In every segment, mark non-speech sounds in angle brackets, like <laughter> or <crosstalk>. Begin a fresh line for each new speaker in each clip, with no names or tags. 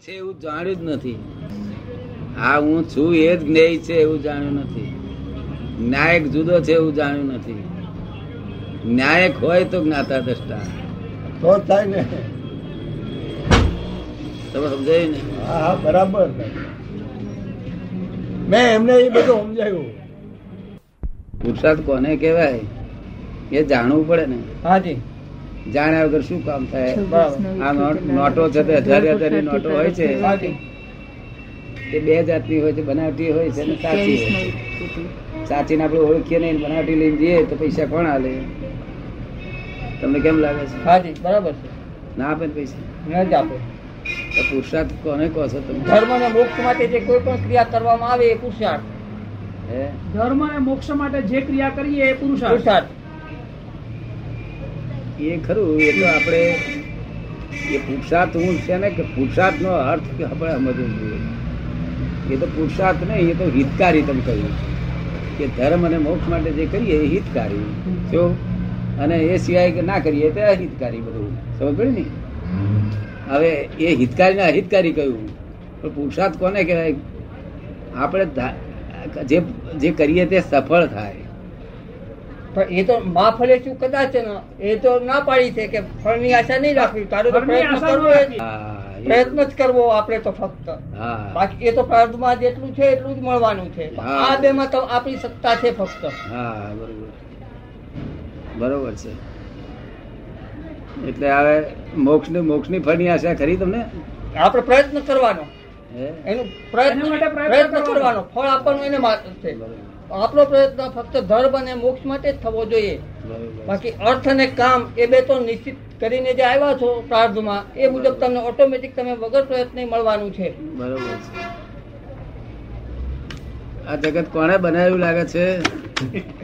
છે એવું જાણ્યું જ નથી હા હું છું એ જ જ્ઞેય છે એવું જાણ્યું નથી ન્યાયક જુદો છે એવું જાણ્યું નથી ન્યાયક હોય તો જ્ઞાતા દ્રષ્ટા
તો જ થાય ને
તમે સમજાયું ને
હા હા બરાબર મેં એમને એ બધું સમજાયું
પુરુષાર્થ કોને કહેવાય એ જાણવું પડે ને
હાજી
જાણ્યા વગર શું કામ થાય આ નોટ- નોટો
નોટો
છે તે હજાર હજારની નોટો હોય છે
સાચી.
એ બે જાતની હોય છે બનાવટી હોય છે અને સાચી હોય છે સાચીને આપણે ઓળખીએ નહીં બનાવટી લઈને જઈએ તો પૈસા કોણ આલે તમને કેમ લાગે છે
હાજી બરાબર છે
ના આપે ને પૈસા
ન જ આપે
તો પુરુષાર્થ કોને કહો છો તમે
ધર્મ અને મોક્ષ માટે જે કોઈ પણ ક્રિયા કરવામાં આવે એ પુરુષાર્થ
હે
ધર્મ અને મોક્ષ માટે જે ક્રિયા કરીએ એ પુરુષાર્થ
પુરુષાર્થ
એ ખરું એ તો આપણે એ પુરુષાર્થ હું છે ને કે પુરુષાર્થનો અર્થ કે આપણે સમજવું જોઈએ એ તો પુરુષાર્થ નહીં એ તો હિતકારી તમે કહ્યું કે ધર્મ અને મોક્ષ માટે જે કરીએ એ હિતકારી જો અને એ સિવાય કે ના કરીએ તો અહિતકારી બધું સમજ પડી ને હવે એ હિતકારીને અહિતકારી કહ્યું પણ પુરુષાર્થ કોને કહેવાય આપણે ધા- જે જે કરીએ તે સફળ થાય
પણ એ તો માં ફળે શું કદાચ ન- એ તો ના પાડી છે કે ફળની આશા નહીં રાખવી તારો તો
ફળની
પ્રયત્ન
આશા ન
કરવો જ.
રાખવી.
હા, એ-
પ્રયત્ન જ કરવો આપણે તો ફક્ત
હા
બાકી એ તો પ્રાર્થમાં જેટલું છે એટલું જ મળવાનું છે
હા.
આ બે માં તો આપણી સત્તા છે ફક્ત
હા બરોબર બરોબર છે એટલે હવે મોક્ષની મોક્ષની ફળની આશા ખરી તમને
આપણે પ્રયત્ન કરવાનો
હે
એનું પ્રયત્ન
એના માટે પ્રયત્ન
પ્રયત્ન
કરવાનો.
કરવાનો ફળ આપવાનું એને માત્ર છે આપણો પ્રયત્ન ફક્ત ધર્મ અને મોક્ષ માટે જ થવો જોઈએ
બરોબર.
બાકી અર્થ અને કામ એ બે તો નિશ્ચિત કરીને જે આવ્યા છો પ્રાર્થમાં એ મુજબ તમને ઓટોમેટિક તમે વગર પ્રયત્ને મળવાનું છે
બરોબર છે આ જગત કોણે બનાવ્યું લાગે છે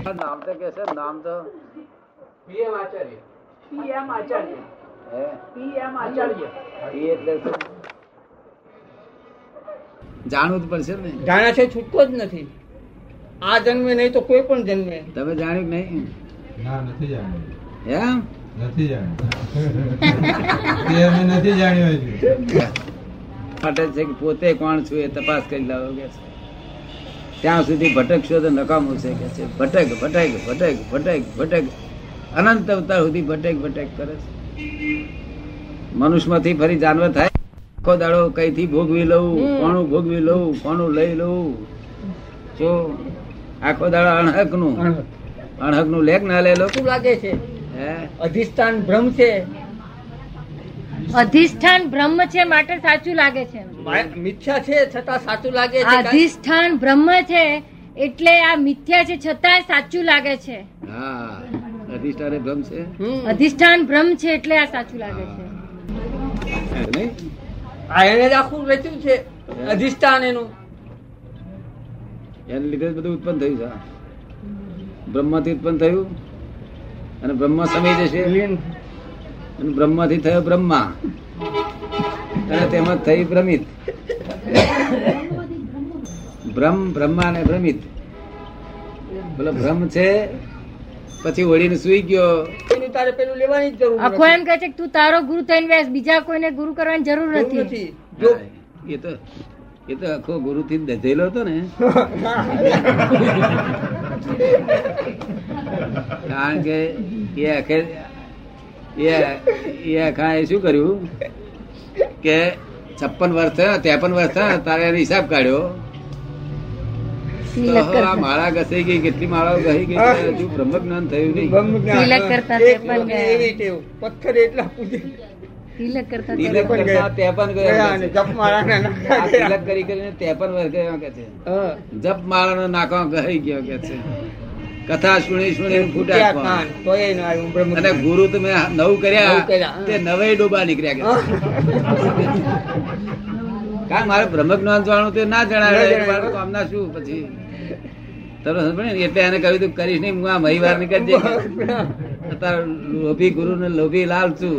આ નામ તો કે છે નામ તો
પીએમ આચાર્ય
હે
પીએમ આચાર્ય
એ એટલે શું? જાણવું જ પડશે ને
જાણ્યા છે છૂટકો જ નથી આ જન્મે નહીં તો કોઈ પણ જન્મે
તમે જાણ્યું કે નહીં
ના નથી જાણ્યું
એમ
નથી જાણ્યું તે અમે નથી જાણ્યું હજુ
ફટે છે કે પોતે કોણ છું એ તપાસ કરી લાવો કે છે. ત્યાં સુધી ભટકશો તો નકામું છે કે છે ભટક ભટક ભટક ભટક ભટક અનંત અવતાર સુધી ભટક ભટક કરે છે મનુષ્યમાંથી ફરી જાનવર થાય આખો દાડો કઈથી ભોગવી લઉં
હમ.
કોનું ભોગવી લઉં કોનું લઈ લઉં જો આખો દાડો અણહકનું અણહકનું લેખ ના લે લોકો
શું લાગે છે
હે
અધિષ્ઠાન ભ્રમ છે
અધિષ્ઠાન બ્રહ્મ છે માટે સાચું લાગે છે
મા- મિથ્યા છે છતાં સાચું લાગે છે કારણ-
અધિષ્ઠાન બ્રહ્મ છે એટલે આ મિથ્યા છે છતાંય સાચું લાગે છે
હા અધિષ્ઠાને ભ્રમ છે
હમ.
અધિષ્ઠાન બ્રહ્મ છે એટલે આ સાચું લાગે છે
નહીં?
આ એને જ આખું રચ્યું છે અધિષ્ઠાન એનું
એને લીધે જ બધું ઉત્પન્ન થયું છે બ્રહ્માથી ઉત્પન્ન થયું અને બ્રહ્મા સમી જશે અને બ્રહ્માથી થયો બ્રહ્મા અને તેમાં થઈ ભ્રમિત ભ્રમ બ્રહ્મા અને ભ્રમિત બોલો ભ્રમ છે પછી ઓળીને સુઈ ગયો
એનું તારે પેલું લેવાની જ જરૂર
આખો
નથી.
એમ કહે છે કે તું તારો ગુરુ થઈને બેસ બીજા કોઈને ગુરુ કરવાની જરૂર
જરૂર
નથી
નથી જો
એ તો એ તો આખો ગુરુથી જ દધેલો હતો ને કારણ કે એ આખે એ એ આખા એ શું કર્યું કે છપ્પન વર્ષ થયા ત્રેપન વર્ષ થયા તારે એનો હિસાબ કાઢ્યો તો હવે આ માળા ઘસાઈ ગઈ કેટલી માળાઓ ઘસી ગઈ કે હજુ બ્રહ્મ જ્ઞાન થયું નહીં
બ્રહ્મ જ્ઞાન.
તિલક કરતા
એક
તે પણ ગયા.
એવી ટેવ. પથ્થર એટલા પૂજે
તિલક કરતા
તિલક
પહેલા.
કરતા ત્રેપન
ગયા અને
ગયા આ
જપમાળાના નાખા ગયા.
તિલક કરી કરીને ત્રેપન વર્ષ ગયા કે છે
હા.
જપ માળાનો નાકો ગહી ગયો કે છે કથા સુણી સુણી ફૂટ્યા
ફૂટ્યા
કાન.
કાન. તોય એનું આવ્યું બ્રહ્મ
અને
જ્ઞાન.
ગુરુ તમે નવ
નવ કર્યા,
કર્યા
હા.
તે નવે ડોબા નીકળ્યા કે
હા.
કારણ મારે બ્રહ્મ જ્ઞાન જાણવું તે ના
ના
જણાવે
જણાવે.
મારે તો આમના શું પછી તમને સમજ પડી ને? એટલે એને કહ્યું તું કરીશ નહીં હું આ મહીવાર નીકળજે અત્યારે લોભી ગુરુ ને લોભી લાલચુ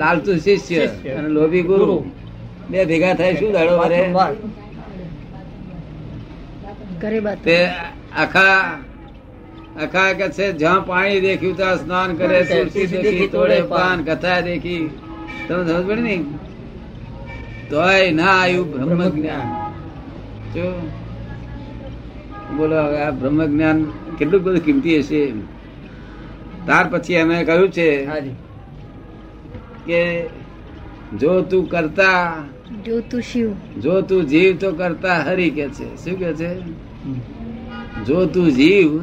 લાલચુ શિષ્ય
શિષ્ય.
અને લોભી ગુરુ
ગુરુ.
બે ભેગા થાય શું દાડો મારે
વારંવાર.
ઘરે બાત
તે આખા આખા કે છે જ્યાં પાણી દેખ્યું ત્યાં સ્નાન કરે તુલસી દેખી તોડે પાન કથા દેખી તમે સમજ પડી ને તોય ના આવ્યું બ્રહ્મ જ્ઞાન જો બોલો હવે આ બ્રહ્મ જ્ઞાન કેટલું બધું કિંમતી હશે ત્યાર પછી એને કહ્યું છે
હાજી
કે જો તું કરતા
જો તું શિવ
જો તું જીવ તો કરતા હરી કે છે શું કે છે જો તું જીવ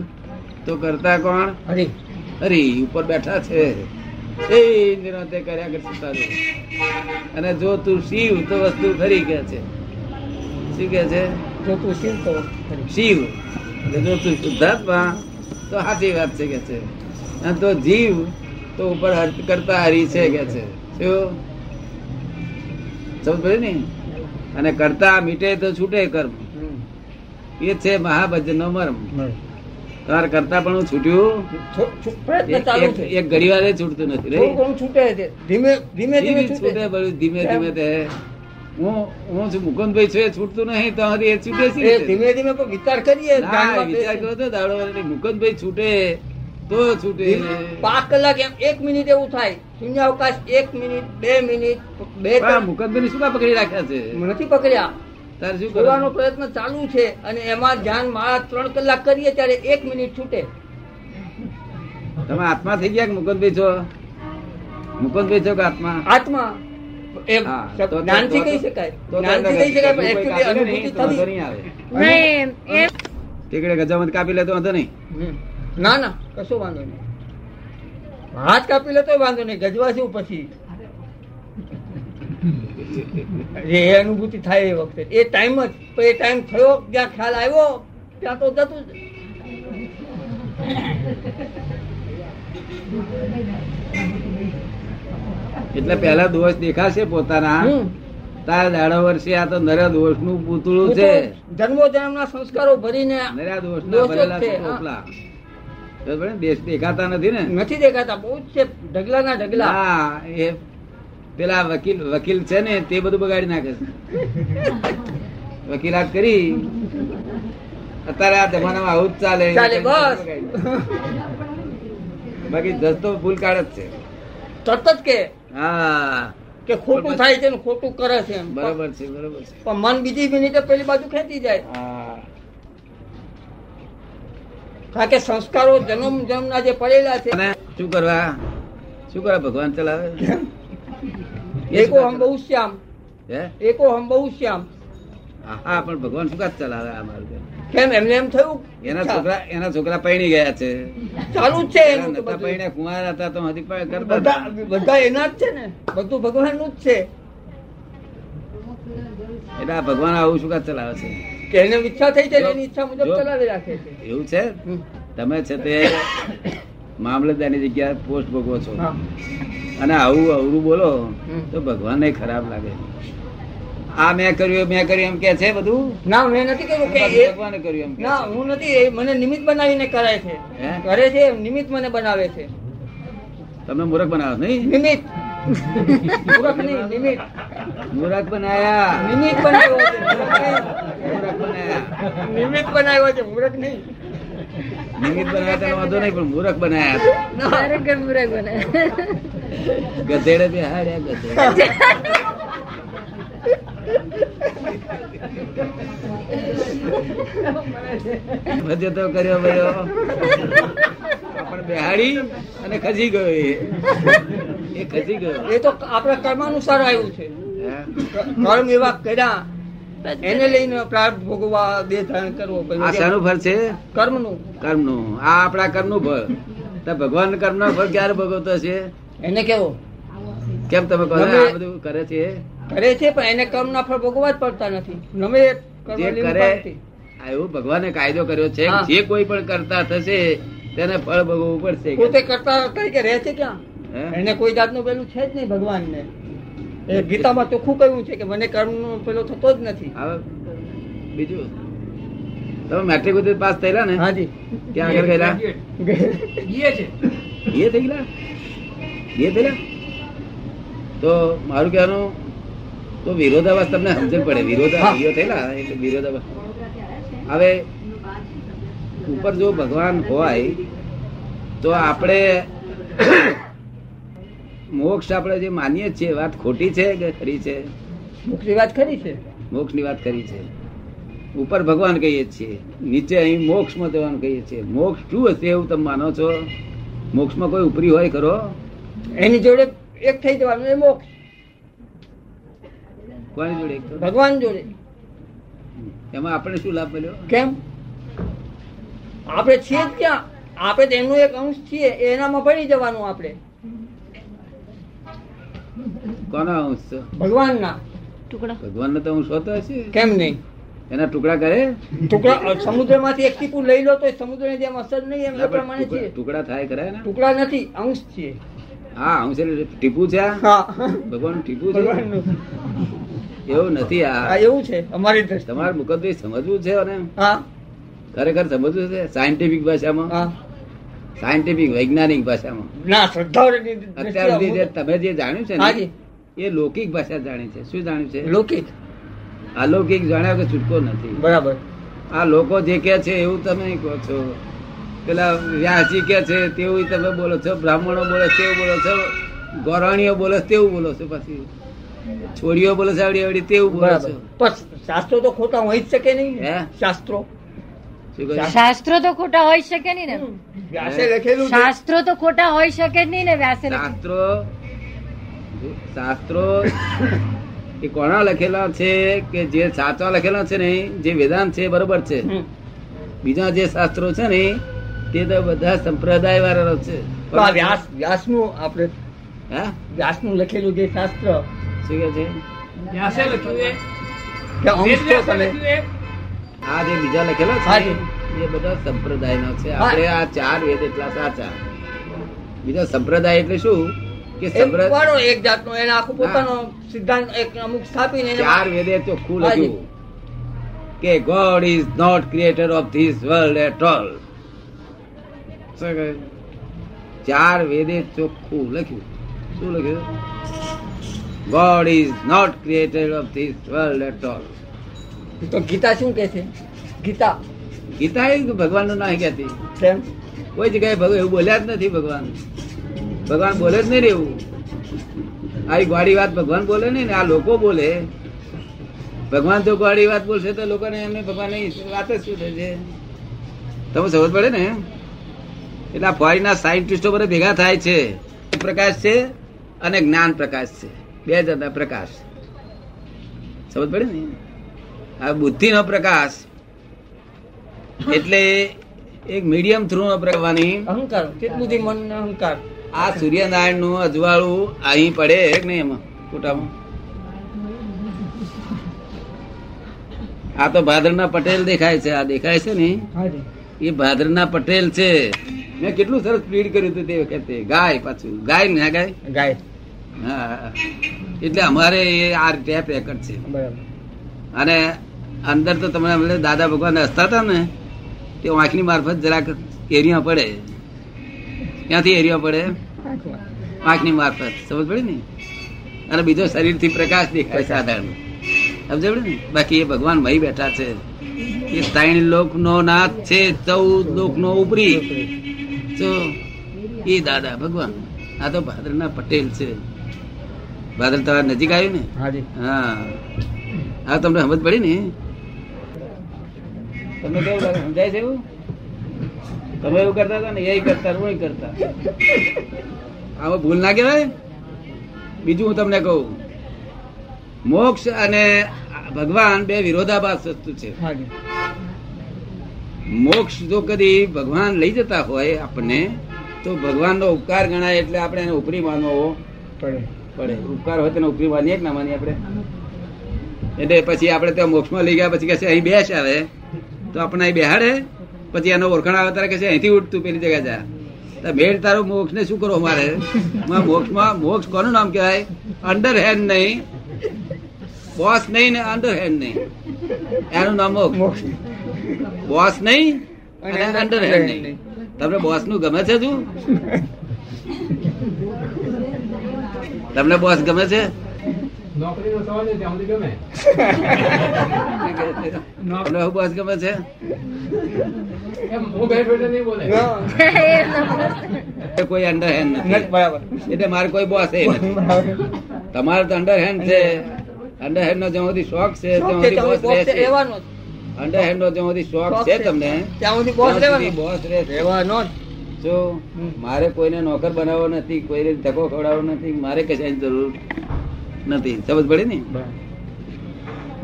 તો કરતા કોણ
હરી
હરી ઉપર બેઠા છે એ નિરાંતે કર્યા કરશે તારું અને જો તું શિવ તો વસ્તુ ખરી કે છે શું કે છે
જો તું શિવ તો હરી
શિવ અને જો તું શુદ્ધાત્મા તો સાચી વાત છે કે છે અને તો જીવ તો ઉપર હર્ષ કરતા હરી છે કે છે શું સમજ પડી ને અને કરતા મીટે તો છૂટે કર્મ
હમ.
એ છે મહાભજન નો મર્મ
બરાબર.
તાર કરતા પણ છૂટ્યું
છો- છો- પ્રયત્ન
એક
ચાલુ
એક-
છે
એક ઘડીવારે છૂટતું નથી રે.
થોડું ઘણું છૂટે છે ધીમે ધીમે ધીમે
ધીમે
છૂટે
છૂટે બધું ધીમે ધીમે તે હું હું છું મુકુંદભાઈ છું એ છૂટતું નહીં તો હજી એ છૂટે છે
એ ધીમે ધીમે કોઈ વિચાર કરીએ
ના
ધ્યાનમાં
વિચાર કરો
બેસીએ.
તો દાડો વાળી મુકુંદભાઈ છૂટે તો છૂટે
ધીમે- પાંચ કલાક એમ એક મિનિટ એવું થાય શૂન્યાવકાશ એક મિનિટ બે મિનિટ બે
પણ આ
ત્રણ
મુકુંદભાઈને શું કામ પકડી રાખ્યા છે
નથી પકડ્યા
તારે શું
જોવાનો
કરવાનું
પ્રયત્ન ચાલુ છે અને એમાં ધ્યાન મારા ત્રણ કલાક કરીએ ત્યારે એક મિનિટ છૂટે
તમે આત્મા થઈ ગયા કે મુકુંદભાઈ છો મુકુંદભાઈ છો કે આત્મા
આત્મા એ
હા, તો- તો-
જ્ઞાનથી
તો-
કહી શકાય
તો
જ્ઞાનથી કહી શકાય પણ
કોઈ
actually
કાપી લે
અનુભૂતિ
નહીં, તો વાંધો
થવી
નહીં આવે
નહીં એમ
ટીકડે ગજામત કાપી લે તો વાંધો નહીં
હમ. ના ના કશો વાંધો નહીં હાથ કાપી લે તો વાંધો નહીં ગજવા છું પછી એ અનુભૂતિ થાય એ વખતે એ ટાઈમ જ તો એ ટાઈમ થયો જ્યાં ખ્યાલ આવ્યો ત્યાં તો જતું જ
એટલે પહેલા દોષ દેખાશે પોતાના
હમ.
તારા દાડો વર્ષે આ તો નરા દોષ નું પૂતળું છે
જન્મો જન્મના સંસ્કારો ભરીને
નરા દોષ
દોષ જ
ભરેલા
છે,
છે
હા.
પોટલા બરાબર ને? દેશ દેખાતા નથી ને
નથી દેખાતા બહુ જ છે ઢગલાના ઢગલા
હા એ પેલા વકીલ વકીલ છે ને તે બધું બગાડી નાખે છે વકીલાત કરી અત્યારે આ જમાનામાં આવું જ ચાલે
ચાલે બસ
બાકી ધસતો ભૂલ કાઢ જ છે
તરત જ કે
હા
કે ખોટું થાય છે ને ખોટું કરે છે એમ.
બરાબર છે બરાબર છે
પણ મન બીજી મિનિટે પેલી બાજુ ખેંચી જાય
હા
કારણ કે સંસ્કારો જન્મ જન્મના જે પડેલા છે
અને શું કરવા શું કરવા ભગવાન ચલાવે એ
એકો
શું
હમ
કરે?
બહુ શ્યામ
હે
એકો હમ બહુ શ્યામ
હા પણ ભગવાન શું કાચ ચલાવે આ માર્ગે
કેમ એમને એમ થયું
એના છોકરા એના છોકરા પૈણી ગયા છે
ચાલુ જ છે
એના
એનું તો
નતા
બધું.
પૈણ્યા કુંવારા હતા તો હજી પણ કરતા
બધા
હતા.
બધા એના જ છે ને બધું ભગવાનનું જ છે
એટલે આ ભગવાન આવું શું કાચ ચલાવે છે
કે એને ઈચ્છા થઈ છે ને
જો-
એની ઈચ્છા મુજબ
જો.
ચલાવી રાખે છે
એવું છે
હમ.
તમે છે તે મામલતદારની જગ્યાએ પોસ્ટ ભોગવો છો
હા.
અને આવું અવરું બોલો
હમ.
તો ભગવાનને ખરાબ લાગે આ મેં કર્યું મેં કર્યું એમ કે છે બધું
ના મેં નથી કર્યું કે એ-
ભગવાને કર્યું એમ કે છે.
ના હું નથી એ મને નિમિત્ત બનાવીને કરાય છે
હે?
કરે છે નિમિત્ત મને બનાવે છે
તમને મૂર્ખ બનાવો નહીં
નિમિત્ત પૂરક નહીં નિમિત્ત
મૂર્ખ બનાયા
નિમિત્ત બનાવ્યો છે મૂરખ
મૂર્ખ બનાયા
નહીં. નિમિત્ત બનાવ્યો છે મૂરખ નહીં
નિમિત્ત બનાયા તેનો વાંધો નહીં પણ મૂર્ખ બનાયા
ના
બરાબર બરાબર.
ગધેડે બેહાડ્યા ગધેડે ભજે તો કર્યો ભયો પણ બેહાડી અને ખસી ગયો એ એ ખસી ગયો
એ તો આપણા કર્માનુસાર આવ્યું છે
હે?
કર્મ એવા કર્યા એને લઈને પ્રાર્થ ભોગવવા દેહ ધારણ કરવો
આ શાનું ફળ છે
કર્મનું
કર્મનું આ આપણા કર્મનું ફળ તો ભગવાન કર્મનો ફળ ક્યારે ભોગવતો છે
એને કેવો
કેમ તમે કહો છો
ગમે-
આ બધું કરે છે
કરે છે પણ એને કર્મના ફળ ભોગવવા જ પડતા નથી ગમે એ કર્મ
જે
લીલું
કરે
પામતી.
આ એવું ભગવાને કાયદો કર્યો છે કે
હા.
જે કોઈ પણ કરતા થશે તેને ફળ ભોગવવું પડશે
પોતે કરતા કઈ કે રહે છે ક્યાં
હે?
એને કોઈ જાતનું પેલું છે જ નહીં ભગવાનને એ ગીતામાં ચોખ્ખું કહ્યું છે કે મને કર્મનો પેલો થતો જ નથી
હવે બીજું તમે મેટ્રિક સુધી પાસ થયેલા ને
હાજી
ત્યાં આગળ ગયેલા
ગીએ છે
એ થઈ ગયેલા એ થયેલા તો મારું કહેવાનું તો વિરોધાભાસ તમને સમજણ પડે વિરોધા
હા.
વિરોધ થયેલા એટલે વિરોધાભાસ હવે ઉપર જો ભગવાન હોય તો આપણે મોક્ષ આપણે જે માનીએ છીએ વાત ખોટી છે કે ખરી છે
મોક્ષની વાત ખરી છે
મોક્ષની વાત કરી છે ઉપર ભગવાન કહીએ છીએ નીચે અહીં મોક્ષમાં જવાનું કહીએ છીએ મોક્ષ શું હશે એવું તમે માનો છો મોક્ષમાં કોઈ ઉપરી હોય ખરો
એની જોડે એક થઈ જવાનું એ મોક્ષ
કોની જોડે એક તો?
ભગવાન જોડે
એમાં આપણે શું લાભ મળ્યો
કેમ આપણે છીએ જ ક્યાં આપણે તો એમનું એક અંશ છીએ એનામાં પડી જવાનું આપણે
કોનો અંશ છો
ભગવાનના
ટુકડો
ભગવાનનો તો અંશ હોતો હશે
કેમ નહીં
એના ટુકડા કરે
ટુકડા સમુદ્રમાંથી એક ટીપું લઈ લો તો સમુદ્રની જેમ અસર નહીં એમ એ પ્રમાણે
ટુકડા
છીએ
ટુકડા થાય કરે ને
ટુકડા નથી અંશ છીએ
હા અંશ એટલે ટીપું છે આ?
હા
ભગવાન ટીપું છે
ભગવાનનું
એવું નથી
આ
આ
એવું છે અમારી દ્રષ્ટિ
તમારે મુકદભાઈ સમજવું છે ને
હા
ખરેખર સમજવું છે સાયન્ટિફિક ભાષામાં
હા
સાયન્ટિફિક વૈજ્ઞાનિક ભાષામાં
ના શ્રદ્ધાઓની દ્રષ્ટિએ
અત્યાર સુધી જે
અમુક-
તમે જે જાણ્યું છે
હાજી.
ને એ લૌકિક ભાષા જાણી છે શું જાણ્યું છે
લૌકિક
અલૌકિક જાણ્યા કે છૂટકો નથી
બરાબર
આ લોકો જે કે છે એવું તમે કહો છો પેલા વ્યાસી કે છે તેવું તમે બોલો છો બ્રાહ્મણો બોલે છે તેવું બોલો છો ગોરાણીઓ બોલે છે તેવું બોલો છો પછી છોડીઓ બોલે છે આવડી આવડી તેવું બોલો
બરાબર
છો
પણ શાસ્ત્રો તો ખોટા હોઈ જ શકે નહીં ને.
હે?
શાસ્ત્રો
શું કહ્યું?
શાસ્ત્રો તો ખોટા હોઈ શકે નહીં ને
વ્યાસે લખેલું છે.
શાસ્ત્રો તો ખોટા હોઈ શકે જ નહીં ને વ્યાસે લખ્યું.
શાસ્ત્રો શાસ્ત્રો એ કોણા લખેલા છે કે જે સાચા લખેલા છે ને જે વેદાંત છે એ બરોબર છે
હમ.
બીજા જે શાસ્ત્રો છે ને તે તો બધા સંપ્રદાય વાળા છે
તો આ વ્યાસ વ્યાસનું આપણે
હા
વ્યાસનું લખેલું જે શાસ્ત્ર
શું કે છે
વ્યાસે લખ્યું એ
કે અંશ
વેદ
તો
વ્યાસે
તમે
લખ્યું એ
આ જે બીજા લખેલા
હા
છે
જી.
ને, એ બધા સંપ્રદાયનો છે
હા.
આપણે આ ચાર વેદ એટલા સાચા બીજા સંપ્રદાય એટલે શું કે
એક
સંપ્રદાય
વાળો એક જાતનો એને આખો પોતાનો સિદ્ધાંત એક અમુક સ્થાપીને એને-
ચાર વેદે ચોખ્ખું
હા જી.
લખ્યું કે God is not creator of this world at all ચાર વેદે ચોખ્ખું લખ્યું શું લખ્યું God is not creator of this world at all
તો ગીતા શું કે છે ગીતા
ગીતા એ ભગવાનનું ના કહેતી
કેમ
કોઈ જગ્યાએ ભગવાન એવું બોલ્યા જ નથી ભગવાન ભગવાન બોલે જ નહીં ને એવું આવી ગોળી વાત ભગવાન બોલે નહીં ને આ લોકો બોલે ભગવાન જો ગોળી વાત બોલશે તો લોકોને એમને ભગવાનની વાત જ શું થશે તમે સમજ પડે ને એટલે આ ફોરીના સાયન્ટિસ્ટો બધા ભેગા થાય છે પ્રકાશ છે અને જ્ઞાન પ્રકાશ છે બે જતા પ્રકાશ સમજ પડે ને આ બુદ્ધિનો પ્રકાશ એટલે એક મીડિયમ થ્રુ પ્રવાની
અહંકાર કેટલું મન અહંકાર
આ સૂર્યનારાયણ નું અજવાળું અહીં પડે કે નહીં એમાં ફોટામાં આ તો ભાદરના પટેલ દેખાય છે આ દેખાય છે ને
હાજી
એ ભાદરના પટેલ છે મેં કેટલું સરસ પ્લીડ કર્યું હતું તે વખતે ગાય પાછું ગાય ને આ ગાય
ગાય
હા એટલે અમારે એ આ ટેપ રેકર્ડ છે
બરાબર
અને અંદર તો તમે અમને દાદા ભગવાન હસતા હતા ને તે વાંકની મારફત જરાક એરિયા પડે ક્યાંથી એરિયા પડે પાંખની મારફત સમજ પડી ને અને બીજો શરીરથી પ્રકાશ દેખાય સાધારણ સમજ પડી ને બાકી એ ભગવાન ભાઈ બેઠા છે એ ત્રણ લોકનો નાથ છે ચૌદ લોકનો ઉપરી તો એ દાદા ભગવાન આ તો ભાદરના પટેલ છે ભાદર તમારા નજીક આવ્યું ને
હાજી
હા આ તમને સમજ પડી ને તમને કેવું લાગે? સમજાય છે એવું તમે એવું કરતા હતા ને એ કરતા હું ય કરતા આમાં ભૂલ ના કહેવાય બીજું હું તમને કહું મોક્ષ અને ભગવાન બે વિરોધાભાસ વસ્તુ છે
હાજી
મોક્ષ જો કદી ભગવાન લઈ જતા હોય આપણને તો ભગવાનનો ઉપકાર ગણાય એટલે આપણે એને ઉપરી માનવો
પડે
પડે ઉપકાર હોય તેનો ઉપરી માનીએ કે ના માનીએ આપણે એટલે પછી આપણે ત્યાં મોક્ષમાં લઈ ગયા પછી કહે છે અહીં બેસ આવે તો આપણને અહીં બેહાડે પછી એનો ઓળખાણ આવે ત્યારે કહે છે અહીંથી ઉઠતું પેલી જગ્યા જા તો મેળ તારો મોક્ષને શું કરો મારે માં મોક્ષમાં મોક્ષ કોનું નામ કહેવાય અંડર હેન્ડ નહીં બોસ નહીં ને અંડર હેન્ડ નહીં એનું નામ મોક્ષ બોસ નહીં અને અંડર હેન્ડ નહીં તમને બોસ નું ગમે છે તું તમને બોસ ગમે છે
નોકરીનો સવાલ છે ત્યાં સુધી ગમે
તમને હું બોસ ગમે છે
એમ હું ઘરે બેઠો નહીં બોલે
<laughs> એ લોકો
એ કોઈ અંડર હેન્ડ નથી
બરાબર
એટલે મારે કોઈ બોસ એ નથી તમારે તો અંડર હેન્ડ છે અંડરહેન્ડ નો જ્યાં સુધી શોખ છે
શું
ત્યાં
છે?
સુધી બોસ રહેશે
ત્યાં boss રહેવાનો જ.
અંડરહેન્ડ નો જ્યાં સુધી શોખ
Boss
છે
છે.
તમને
ત્યાં સુધી boss
ત્યાં સુધી
રહેવાનો.
boss રહેશે.
રહેવાનો જ.
જો
હમ.
મારે કોઈને નોકર બનાવવો નથી કોઈને ધક્કો ખવડાવવો નથી મારે કશાની જરૂર નથી સમજ પડી ને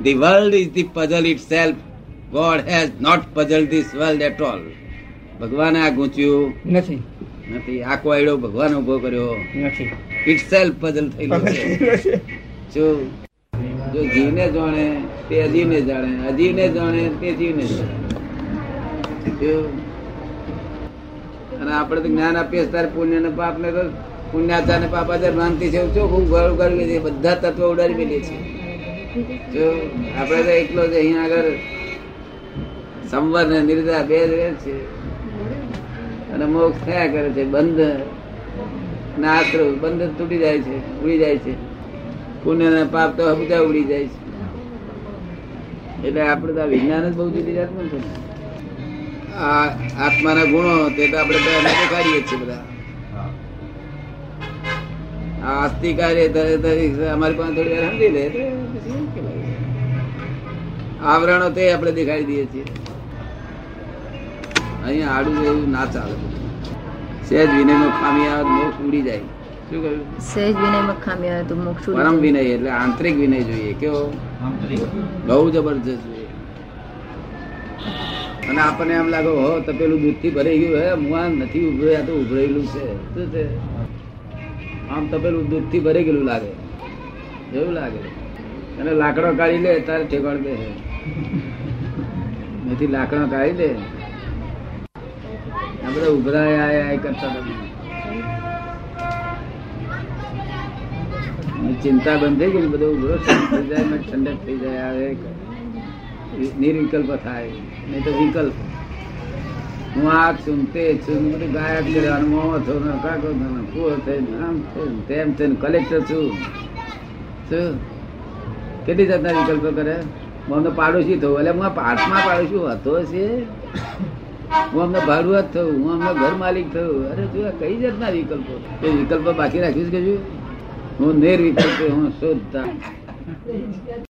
the world is the puzzle itself God has not puzzle this world at all ભગવાને આ ગૂંચ્યું
નથી
નથી આ કોયડો ભગવાન ઉભો કર્યો
નથી
ઇટ સેલ્ફ પઝલ <laughs> થયેલું છે જો જો જીવને જાણે તે અજીવને જાણે અજીવને જાણે તે જીવને જાણે જો અને આપણે તો જ્ઞાન આપીએ છીએ ત્યારે પુણ્ય ને પાપ ને તો પુણ્યાચાર ને પાપાચાર ભ્રાંતિ છે શું ખૂબ ગળું ગળું છે બધા તત્વો ઉડાડી મેલીએ છીએ જો આપણે તો એકલો જ અહીંયા આગળ સંવાદ અને નિર્ધાર બે જ રહે છે અને મોક્ષ થયા કરે છે બંધ ને આશ્રય બંધ તૂટી જાય છે ઉડી જાય છે પુણ્ય ને પાપ તો બધા ઉડી જાય છે એટલે આપણે તો આ વિજ્ઞાન જ બહુ જુદી જાતનું છે ને. આ આત્માના ગુણો તે તો આપણે બધા દેખાડીએ છીએ બધા આ આસ્તિક કાર્ય ધરે ધરે અમારી પાસે થોડી વાર સમજી લે એટલે પછી એવું કહેવાય. આવરણો તે આપણે દેખાડી દઈએ છીએ અહીંયા આડું એવું ના ચાલે સહેજ વિનયમાં ખામી આવે તો મોક્ષ ઉડી જાય શું કહ્યું
સહેજ વિનયમાં ખામી આવે તો મોક્ષ ઉડી
પરમ
જાય.
વિનય એટલે આંતરિક વિનય જોઈએ કેવો બહુ જબરજસ્ત જોઈએ અને આપણને એમ લાગે હો તપેલું દૂધથી ભરાઈ ગયું હે હું આ નથી ઉભરાયું આ તો ઉભરાયેલું છે શું છે આમ તપેલું દૂધથી ભરાઈ ગયેલું લાગે એવું લાગે અને લાકડો કાઢી લે તારે ઠેકાણ બે નથી લાકડો કાઢી લે આ બધા ઉભરાયા આયા એ કરતા તમે અને ચિંતા બંધ થઈ ગઈ ને બધું ઉભરો શાંત થઈ જાય ને ઠંડક થઈ જાય આવે ક- નિર્વિકલ્પ થાય નહીં તો વિકલ્પ હું આ છું ને તે છું ને બધું ગાયબ છે અને હું આવો છું ને કાકો છું ને કુવો છે ને આમ છે ને તેમ છે ને કલેક્ટર છું શું કેટલી જાતના વિકલ્પ કરે હું અમને પાડોશી થયું એટલે હું આ પાઠમાં પાડોશી હતો છે હું અમને ભાડું જ થયું હું અમને ઘર માલિક થયું અરે તું આ કઈ જાતના વિકલ્પો એ વિકલ્પ બાકી રાખ્યું છે કે શું? હું નિર્વિકલ્પ હું શુદ્ધ